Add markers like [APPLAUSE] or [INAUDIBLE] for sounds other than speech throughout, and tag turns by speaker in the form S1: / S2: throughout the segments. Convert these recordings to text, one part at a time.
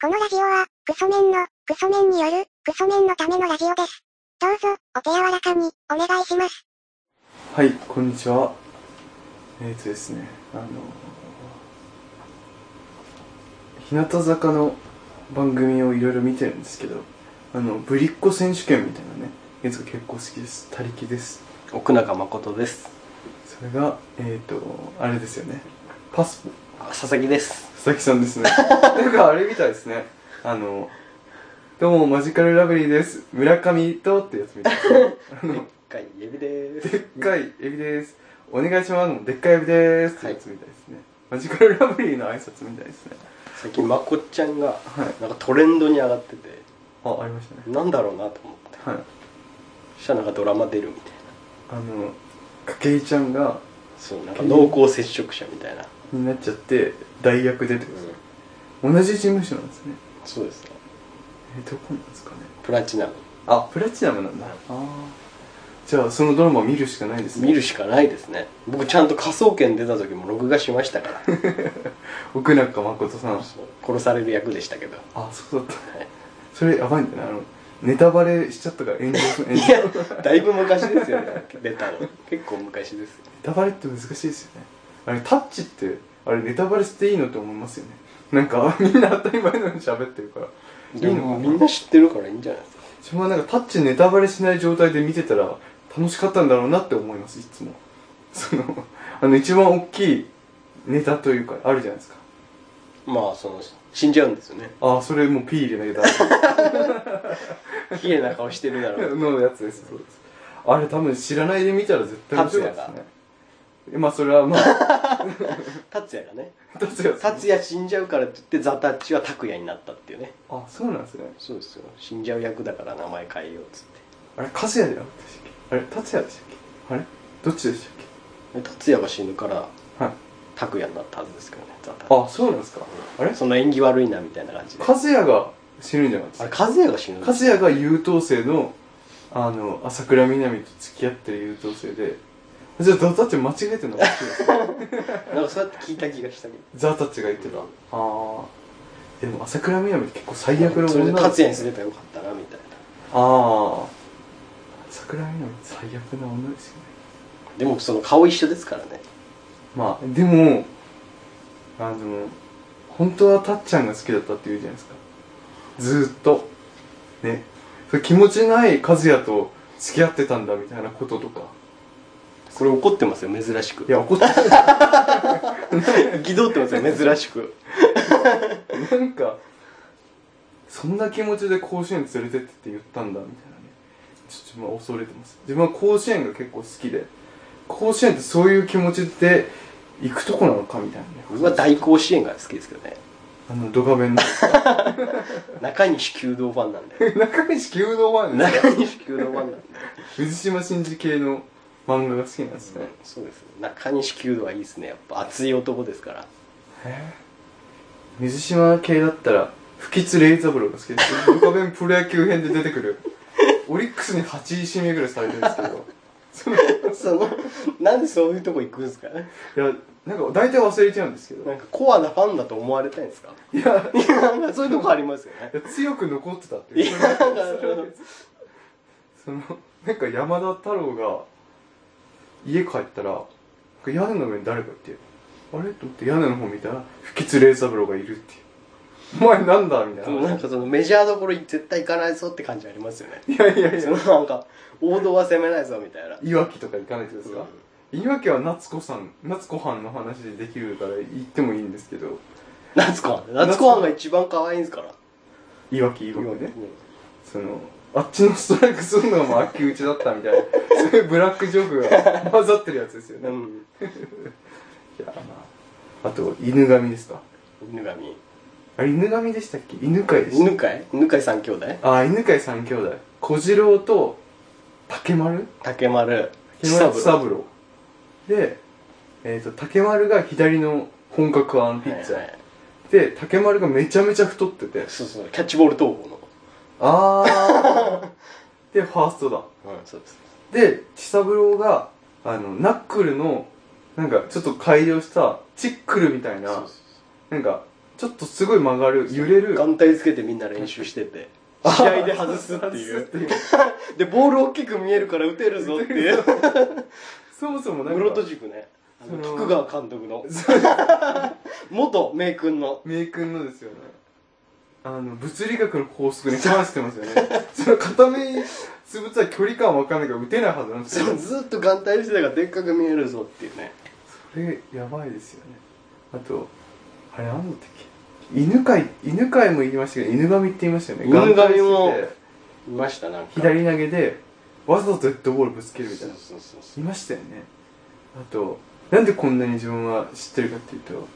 S1: このラジオは、クソメンの、クソメンによる、クソメンのためのラジオです。どうぞ、お手柔らかに、お願いします。
S2: はい、こんにちは。えーとですね、あの、日向坂の番組をいろいろ見てるんですけど、あの、ぶりっ子選手権みたいなね、やつが結構好きです。他力です。
S3: 奥永誠です
S2: それが、えーと、あれですよね。パスポ。
S3: あ佐々木です
S2: 佐々木さんですね。 [LAUGHS] なんかあれみたいですね。あの、どうも、マジカルラブリーです。村上とってやつみたいですね。あの
S3: かいエビで
S2: でっかいエビです。お願いします。でっかいエビです。ってやつみたいですね。マジカルラブリーの挨拶みたいですね。
S3: 最近まこっちゃんが
S2: はい。
S3: なんかトレンドに上がってて
S2: あ、ありましたね。
S3: なんだろうなと思って
S2: はい。
S3: そしたらなんかドラマ出るみたいな
S2: あの、かけいちゃんが、
S3: そうなんか濃厚接触者みたいな、
S2: になっちゃって、代役出てます。同じ事務所なんですね。
S3: そうですね
S2: え、どこなんですかね。
S3: プラチナム
S2: あ、プラチナムなんだ。ああ。じゃあ、そのドラマ見るしかないですね。
S3: 見るしかないですね僕ちゃんと科捜研出た時も録画しましたから [LAUGHS]
S2: 奥中誠さん。
S3: そう殺される役でしたけど [LAUGHS]
S2: あ、そうだった。
S3: はい
S2: それやばいんだね。あの、ネタバレしちゃったから炎上する、炎
S3: い
S2: 上する
S3: やだいぶ昔ですよね出たの結構昔ですよ
S2: ネタバレって難しいですよねあれタッチってあれネタバレしていいのって思いますよねなんか [LAUGHS] みんな当たり前のように喋ってるから
S3: で
S2: いいの
S3: も
S2: か
S3: み
S2: なん
S3: な知ってるからいいんじゃないですか
S2: 自分はなんかタッチネタバレしない状態で見てたら楽しかったんだろうなって思いますいつも [LAUGHS] そのあの一番大きいネタというかあるじゃないですか
S3: まあその死んじゃうんですよね
S2: ああそれもう P 入れなきゃ
S3: [LAUGHS] 綺麗な顔してるだ
S2: ダ
S3: ろう
S2: メ [LAUGHS] のやつですそうですあれ多分知らないで見たら絶対面白いです
S3: 達
S2: ねえまあそれはま [LAUGHS] あ
S3: 達也がね
S2: 達也さん
S3: 達也死んじゃうからって言ってザ・タッチは拓也になったっていうね
S2: あそうなんですね
S3: そうですよ死んじゃう役だから名前変えようっつっ
S2: あれ、カズヤじゃなかったでしたっけあれ、達也でしたっけあれどっちでしたって
S3: で達也が死ぬから
S2: けはい。
S3: 拓也になったはずですけどねザ・タッチ
S2: あ、そうなんですか。あれ
S3: その縁起悪いなみたいな感じで
S2: カズヤが死ぬんじゃないです
S3: あれ
S2: か
S3: 和也が死ぬんです
S2: カズヤが優等生の、あの、朝倉みなみと付き合ってる優等生で、じゃあザ・タッチ間違えてんのかもしれない
S3: なんかそうやって聞いた気がしたけど
S2: ザ・タッチが言ってた。ああ。でも朝倉みなみって結構最悪の
S3: それ
S2: 女
S3: で
S2: なんです
S3: 達
S2: よ
S3: 也にすればよかったなみたいな
S2: ああ。朝倉みなみって最悪な女ですよね。
S3: でもその顔一緒ですからね
S2: まあ、でも、あの、本当はたっちゃんが好きだったって言うじゃないですか。ずーっと。ね。それ気持ちない和也と付き合ってたんだみたいなこととか。
S3: これ怒ってますよ珍しく
S2: いや、怒って
S3: [LAUGHS] 気取ってますよ珍しく
S2: る。なんか、そんな気持ちで甲子園連れてってって言ったんだみたいなね。ちょっと自分は恐れてます。自分は甲子園が結構好きで、甲子園ってそういう気持ちで行くとこなのかみたいなね。
S3: 僕は大甲子園が好きですけどね
S2: あの、ドカベンの。
S3: 中西弓道ファンなんだ
S2: [LAUGHS]
S3: よ [LAUGHS]
S2: 中西弓道ワンです
S3: 中西弓道ファンなんだよ
S2: 水島新司系の漫画が好きなんですね、
S3: そうです中西弓道はいいですねやっぱ熱い男ですから
S2: 水島系だったら不吉礼三郎が好きですドカベンプロ野球編で出てくるオリックスに8位指名ぐらいされてるんですけどそのい
S3: [LAUGHS] そのなんでそういうとこ行くんですかね
S2: やなんか大体忘れちゃうんですけど
S3: なんかコアなファンだと思われたいんですか
S2: いや
S3: いやなんかそういうとこありますよね
S2: いや強く残ってたって
S3: い
S2: いう
S3: や
S2: それ
S3: なんか
S2: はそれは [LAUGHS] そのなんか山田太郎が家帰ったらなんか屋根の上に誰かいてあれと思って屋根の方見たら不吉礼三郎がいるっていうお前なんだみた
S3: で
S2: い
S3: も
S2: な
S3: なんかそのメジャーどころに絶対行かないぞって感じありますよね
S2: いやいやい
S3: そ
S2: や
S3: のなんか王道は攻めないぞみたいない
S2: わきとか行かないとですか、いわきは夏子さん夏子藩の話でできるから行ってもいいんですけど
S3: 夏子庵夏子庵が一番可愛いんですから
S2: いわきいわき
S3: う
S2: ね
S3: ん
S2: そのあっちのストライクするのがもう秋打ちだったみたいな [LAUGHS] そういうブラックジョークが混ざってるやつですよね、い
S3: うん
S2: やまああと犬神ですか
S3: 犬神
S2: あれ犬神でしたっけ犬飼でしたっ
S3: 犬飼い犬飼い三兄弟
S2: けあ犬飼三兄弟小次郎と竹丸
S3: 竹丸
S2: 竹丸
S3: 喜
S2: と
S3: 三郎
S2: 三郎で、えー、と竹丸が左の本格派のピッチャー、
S3: はいはい
S2: で竹丸がめちゃめちゃ太ってて
S3: そうそうキャッチボール投法の
S2: あー [LAUGHS] でファーストだ
S3: うんそうです
S2: で千三郎があのナックルのなんかちょっと改良したチックルみたいな
S3: そうそう
S2: なんかちょっとすごい曲がる揺れる
S3: 眼帯つけてみんな練習してて試合で外すってい
S2: 外すって
S3: う
S2: いう
S3: [LAUGHS] でボール大きく見えるから打てるぞっていう
S2: そもそもなん
S3: 室戸
S2: か
S3: 塾ねあ
S2: そ
S3: の
S2: の
S3: 徳川監督の元名君の
S2: 名君のですよねあの物理学の法則に関して [LAUGHS] ますよねその片目つぶつは距離感わかんないから打てないはずなんですよ
S3: そうずっと眼帯してたからでっかく見えるぞっていうね
S2: それやばいですよねあとあれなんだったっけ犬飼い犬飼いも言いましたけど犬神って言いましたよね
S3: 犬神
S2: 眼帯して
S3: もいましたなんか
S2: 左投げでわざとデッドボールぶつけるみたいな
S3: そうそうそ
S2: いうましたよねあとなんでこんなに自分は知ってるかっていうと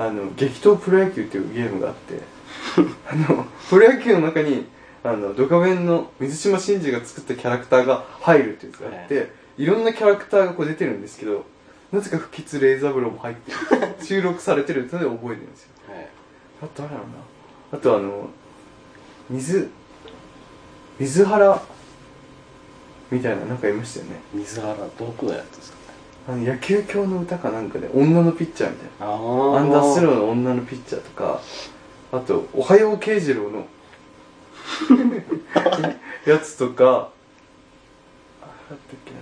S2: あの激闘プロ野球っていうゲームがあって [LAUGHS] あのプロ野球の中にあのドカベンの水島新司が作ったキャラクターが入るっていうやつがあって、いろんなキャラクターがこう出てるんですけどなぜか不吉レイザブロも入 [LAUGHS] ってる収録されてるっていうので覚えてるんですよ
S3: はい
S2: あとあれだろうなあとあの水水原みたいななんかいましたよね
S3: 水原どこのやつですかね
S2: あの野球教の歌かなんかで女のピッチャーみたい
S3: あ
S2: な
S3: あ
S2: アンダース
S3: ー
S2: ローの女のピッチャーとかあと「おはよう慶次郎」の [LAUGHS] やつとかあれだったっけな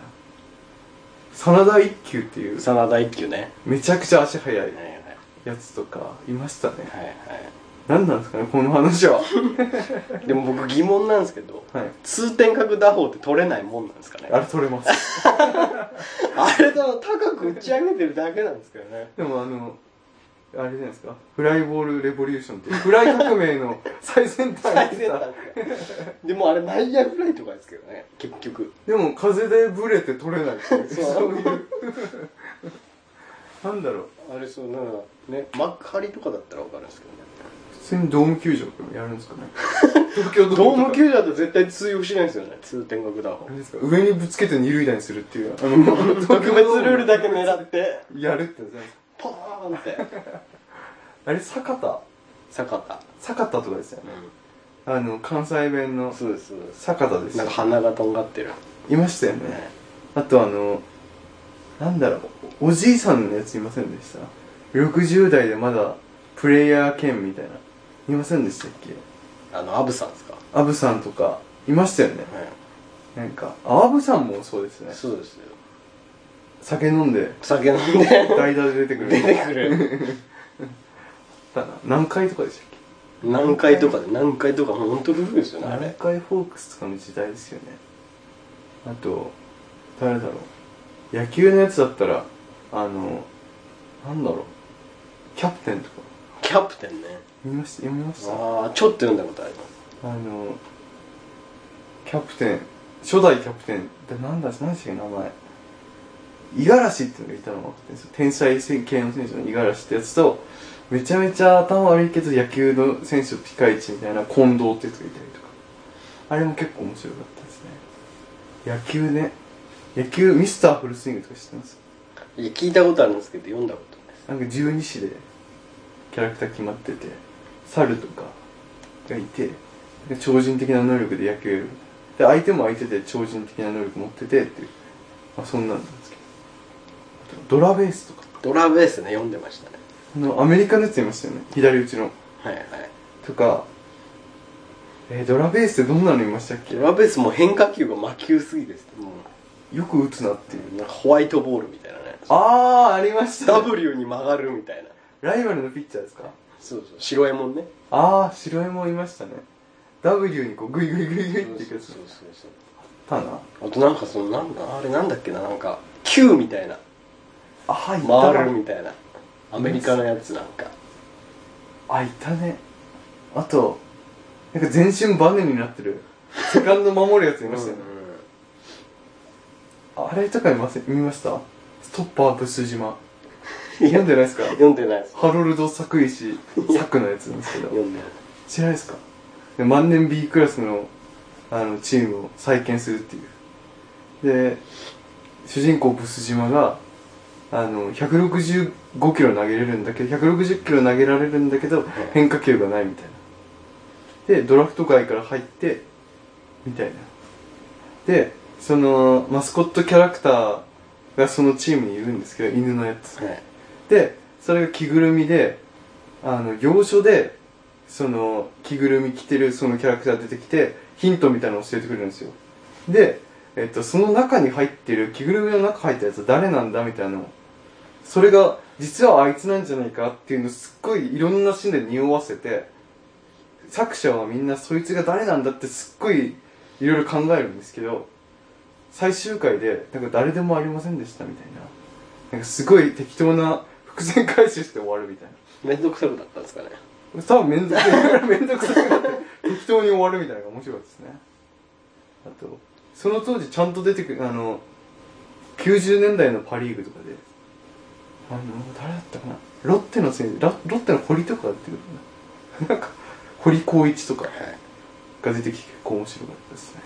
S2: 真田一休っていう
S3: 真田一休ね
S2: めちゃくちゃ足速い
S3: はいはい
S2: やつとかいましたね
S3: はいはい
S2: 何なんですかねこの話は
S3: でも僕疑問なんですけど
S2: はい
S3: 通天閣打法って取れないもんなんですかね
S2: あれ取れます
S3: あれだ高く打ち上げてるだけなんですけどね
S2: でもあのあれじゃないですかフライボールレボリューションっていうフライ革命の最先端
S3: 最
S2: に
S3: 先
S2: 出た
S3: 端でもあれ内野フライとかですけどね結局
S2: でも風でブレて取れないっていう
S3: そう
S2: そういうなんだろう
S3: あれそうなんかね幕張とかだったら分かるんですけどね
S2: 普通にドーム球場でもやるんです
S3: [LAUGHS]
S2: かね東京ド
S3: ド
S2: ー
S3: ー
S2: ム
S3: ム
S2: 球
S3: 球場だと絶対通用しないんですよね通天閣打法
S2: 場ですか上にぶつけて二塁打にするっていうあの
S3: 特別ルールだけ狙って
S2: やるってやつじゃないですか
S3: ポーンって
S2: あれ坂田
S3: 坂田、
S2: 坂田とかですよねあの関西弁の
S3: そうですそうで
S2: 坂田ですす
S3: な
S2: よ
S3: んか鼻がとんがってる、
S2: いましたよねあとあの、なんだろう、おじいさんのやついませんでした ?60 代でまだプレイヤー兼みたいな。いませんでしたっけ
S3: あのアブさんですか、
S2: アブさんとか、いましたよね。なんか、あアブさんもそうですね。
S3: そうですよ
S2: 酒飲んで、
S3: 酒飲んで
S2: 代打で出てくる。
S3: 出てくる
S2: だな。何回とかでしたっけ
S3: 南海とかで南海とかもうほんと古いですよねあ
S2: 南
S3: れ
S2: 海フォークスとかの時代ですよねあと誰だろう野球のやつだったらあのなんだろうキャプテンとか
S3: キャプテンね
S2: 見ました読みました
S3: ああちょっと読んだことあります
S2: あのキャプテン初代キャプテンってなんだ何でしたっけ名前五十嵐っていうのがいたのが分かってるんですよ天才選系の選手の五十嵐ってやつとめちゃめちゃ頭悪いけど野球の選手とピカイチみたいな近藤ってやつがいたりとかあれも結構面白かったですね野球ね野球ミスターフルスイングとか知ってます
S3: いや聞いたことあるんですけど読んだことない
S2: なんか十二支でキャラクター決まってて猿とかがいてで超人的な能力で野球やるで相手も相手で超人的な能力持っててっていう、まあ、そんなんなんですけどあとドラベースとか
S3: ドラベースね読んでましたね
S2: あのアメリカのやついましたよね左打ちの
S3: はいはい
S2: とかえードラベースってどんなのいましたっけ
S3: ドラベースも変化球が魔球すぎですも
S2: よく打つなっていう
S3: うなんかホワイトボールみたいなね
S2: ああありました
S3: W に曲がるみたいな
S2: ライバルのピッチャーですか
S3: そうそう白エモンね
S2: ああ白江もいましたね W にこうグイグイグイグ
S3: そう
S2: イっていくやつ
S3: そうそうそう
S2: あったな
S3: あとなんかそのなんだあれなんだっけななんか球みたいな
S2: あはいたわ
S3: 回るみたいなアメリカのやつなんか
S2: あいたねあとなんか全身バネになってるセカンド守るやついましたよね、あれとか見ませ見ましたストッパーブス
S3: [LAUGHS]
S2: 島
S3: いや
S2: 読んでないですか
S3: 読んでないです
S2: ハロルド作石作のやつなんですけど
S3: 読んでない
S2: 知らないですかで万年 B クラスのあのチームを再建するっていうで主人公ブス島があの165キロ投げれるんだけど160キロ投げられるんだけど変化球がないみたいなでドラフト外から入ってみたいなでそのマスコットキャラクターがそのチームにいるんですけど犬のやつ
S3: はい
S2: でそれが着ぐるみであの行書でその着ぐるみ着てるそのキャラクター出てきてヒントみたいなの教えてくれるんですよで、えっと、その中に入ってる着ぐるみの中入ったやつ誰なんだみたいなのそれが実はあいつなんじゃないかっていうのすっごいいろんなシーンで匂わせて作者はみんなそいつが誰なんだってすっごいいろいろ考えるんですけど最終回でなんか誰でもありませんでしたみたいななんかすごい適当な伏線回収して終わるみたいな
S3: 面倒くさくだったんですかね
S2: 多分めんどくさいめんどくさくなって適当に終わるみたいなのが面白いですねあとその当時ちゃんと出てくるあの90年代のパ・リーグとかであの誰だったかなロッテの選手ラロッテの堀とか出てくるかななんか [LAUGHS] 堀光一とかが出てきて結構面白かったですね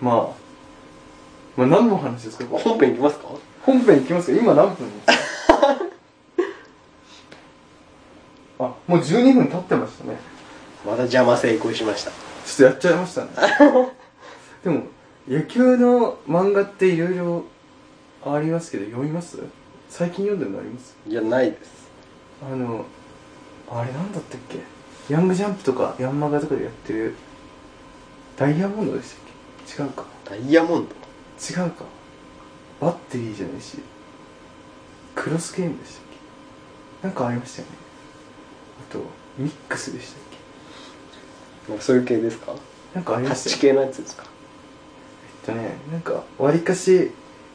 S2: まあまあ何の話ですか
S3: 本編いきますか
S2: 本編いきますか今何分 [LAUGHS] ですかあもう12分経ってましたね
S3: また邪魔成功しました
S2: ちょっとやっちゃいま [LAUGHS] したねでも野球の漫画っていろいろありますけど読みます最近読んでるのあります
S3: いやないです
S2: あのあれなんだったっけヤングジャンプとかヤンマガとかでやってるダイヤモンドでしたっけ違うか
S3: ダイヤモンド
S2: 違うかバッテリーじゃないしクロスゲームでしたっけなんかありましたよねあとミックスでしたっ
S3: なんかそういう系ですか
S2: けなんかあり
S3: タ
S2: ま
S3: ッ
S2: した
S3: チ
S2: よね
S3: 系のやつですか
S2: えっとねなんかわりかし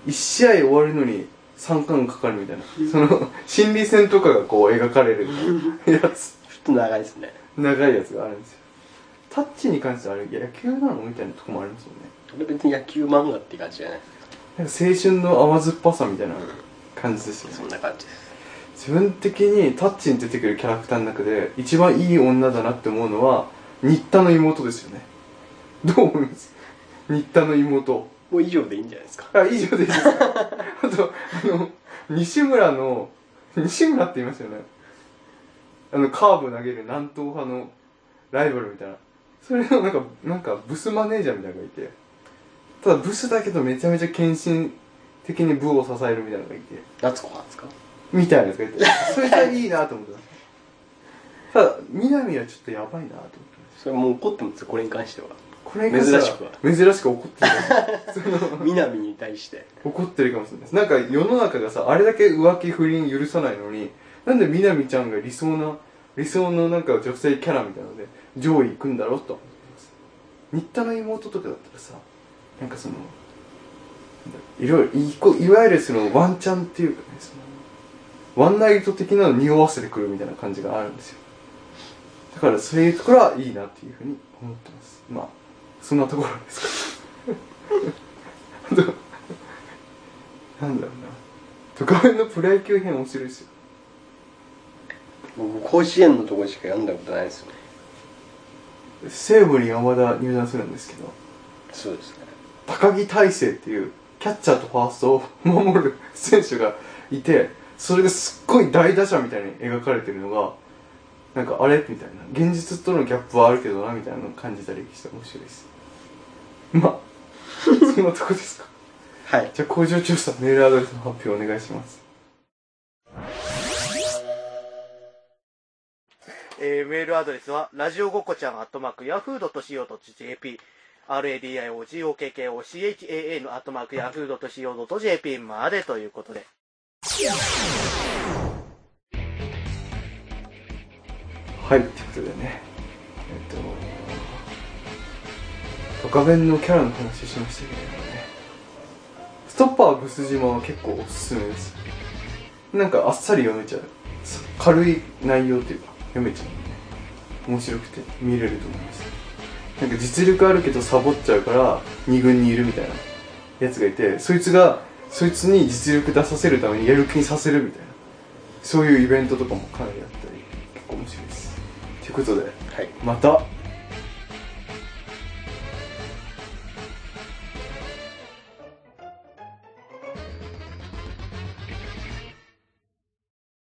S2: 1試合終わるのに3巻かかるみたいなその心理戦とかがこう描かれるみたいなやつ
S3: ちょっと長いですね
S2: 長いやつがあるんですよタッチに関してはあれ野球なのみたいなとこもありますもんね
S3: これ別に野球漫画って感じじゃない
S2: なんか青春の甘酸っぱさみたいな感じですよね
S3: そんな感じです
S2: 自分的にタッチに出てくるキャラクターの中で一番いい女だなって思うのは新田の妹ですよねどう思います新田の妹
S3: もう以上でいいんじゃないですか
S2: あ以上ですあとあの西村の西村って言いますよねあのカーブ投げる南東派のライバルみたいなそれのなんかなんかブスマネージャーみたいなのがいてただブスだけどめちゃめちゃ献身的に部を支えるみたいなのがいて
S3: 夏子派ですか
S2: みたいなやつがい
S3: [LAUGHS]
S2: て、それがいいなと思ってた。ただ、南はちょっとやばいなと思ってます。
S3: それもう怒ってますこれに関しては
S2: これに関しては
S3: 珍しくは
S2: 珍しく怒ってる。その
S3: 南に対して
S2: 怒ってるかもしれないです。なんか世の中がさ、あれだけ浮気不倫許さないのに、なんで南ちゃんが理想な、理想のなんか女性キャラみたいなので、上位行くんだろうと思ってます。新田の妹とかだったらさ、なんかその、いろいろ、いこいわゆるそのワンチャンっていうかね、その、ワンナイト的なのを匂わせてくるみたいな感じがあるんですよ。だからそういうところはいいなっていうふうに思ってます。まあ、そんなところですか。あとなんだろうな。特番のプロ野球編面白いですよ。
S3: 僕甲子園のとこしか読んだことないですよね
S2: 西武に山田入団するんですけど、
S3: そうですね
S2: 高木大成っていうキャッチャーとファーストを守る選手がいて、それがすっごい大打者みたいに描かれてるのが、なんかあれみたいな。現実とのギャップはあるけどな、みたいなのを感じたりして面白いです。まあ、そんなとこです [LAUGHS] か。
S3: はい
S2: じゃあ工場調査メールアドレスの発表お願いします
S4: えーメールアドレスは、ラジオごこちゃん、アットマーク、ヤフードと .co.jp、radiogokochan、アットマーク、ヤフードと .co.jp までということで。
S2: はいってことでねえっとドカベンのキャラの話しましたけれどもねストッパーブス島は結構おすすめですなんかあっさり読めちゃうす軽い内容というか読めちゃうんでね面白くて見れると思いますなんか実力あるけどサボっちゃうから二軍にいるみたいなやつがいてそいつがそいつに実力出させるためにやる気にさせるみたいなそういうイベントとかもかなりあったり結構面白いですということで
S3: はい
S2: また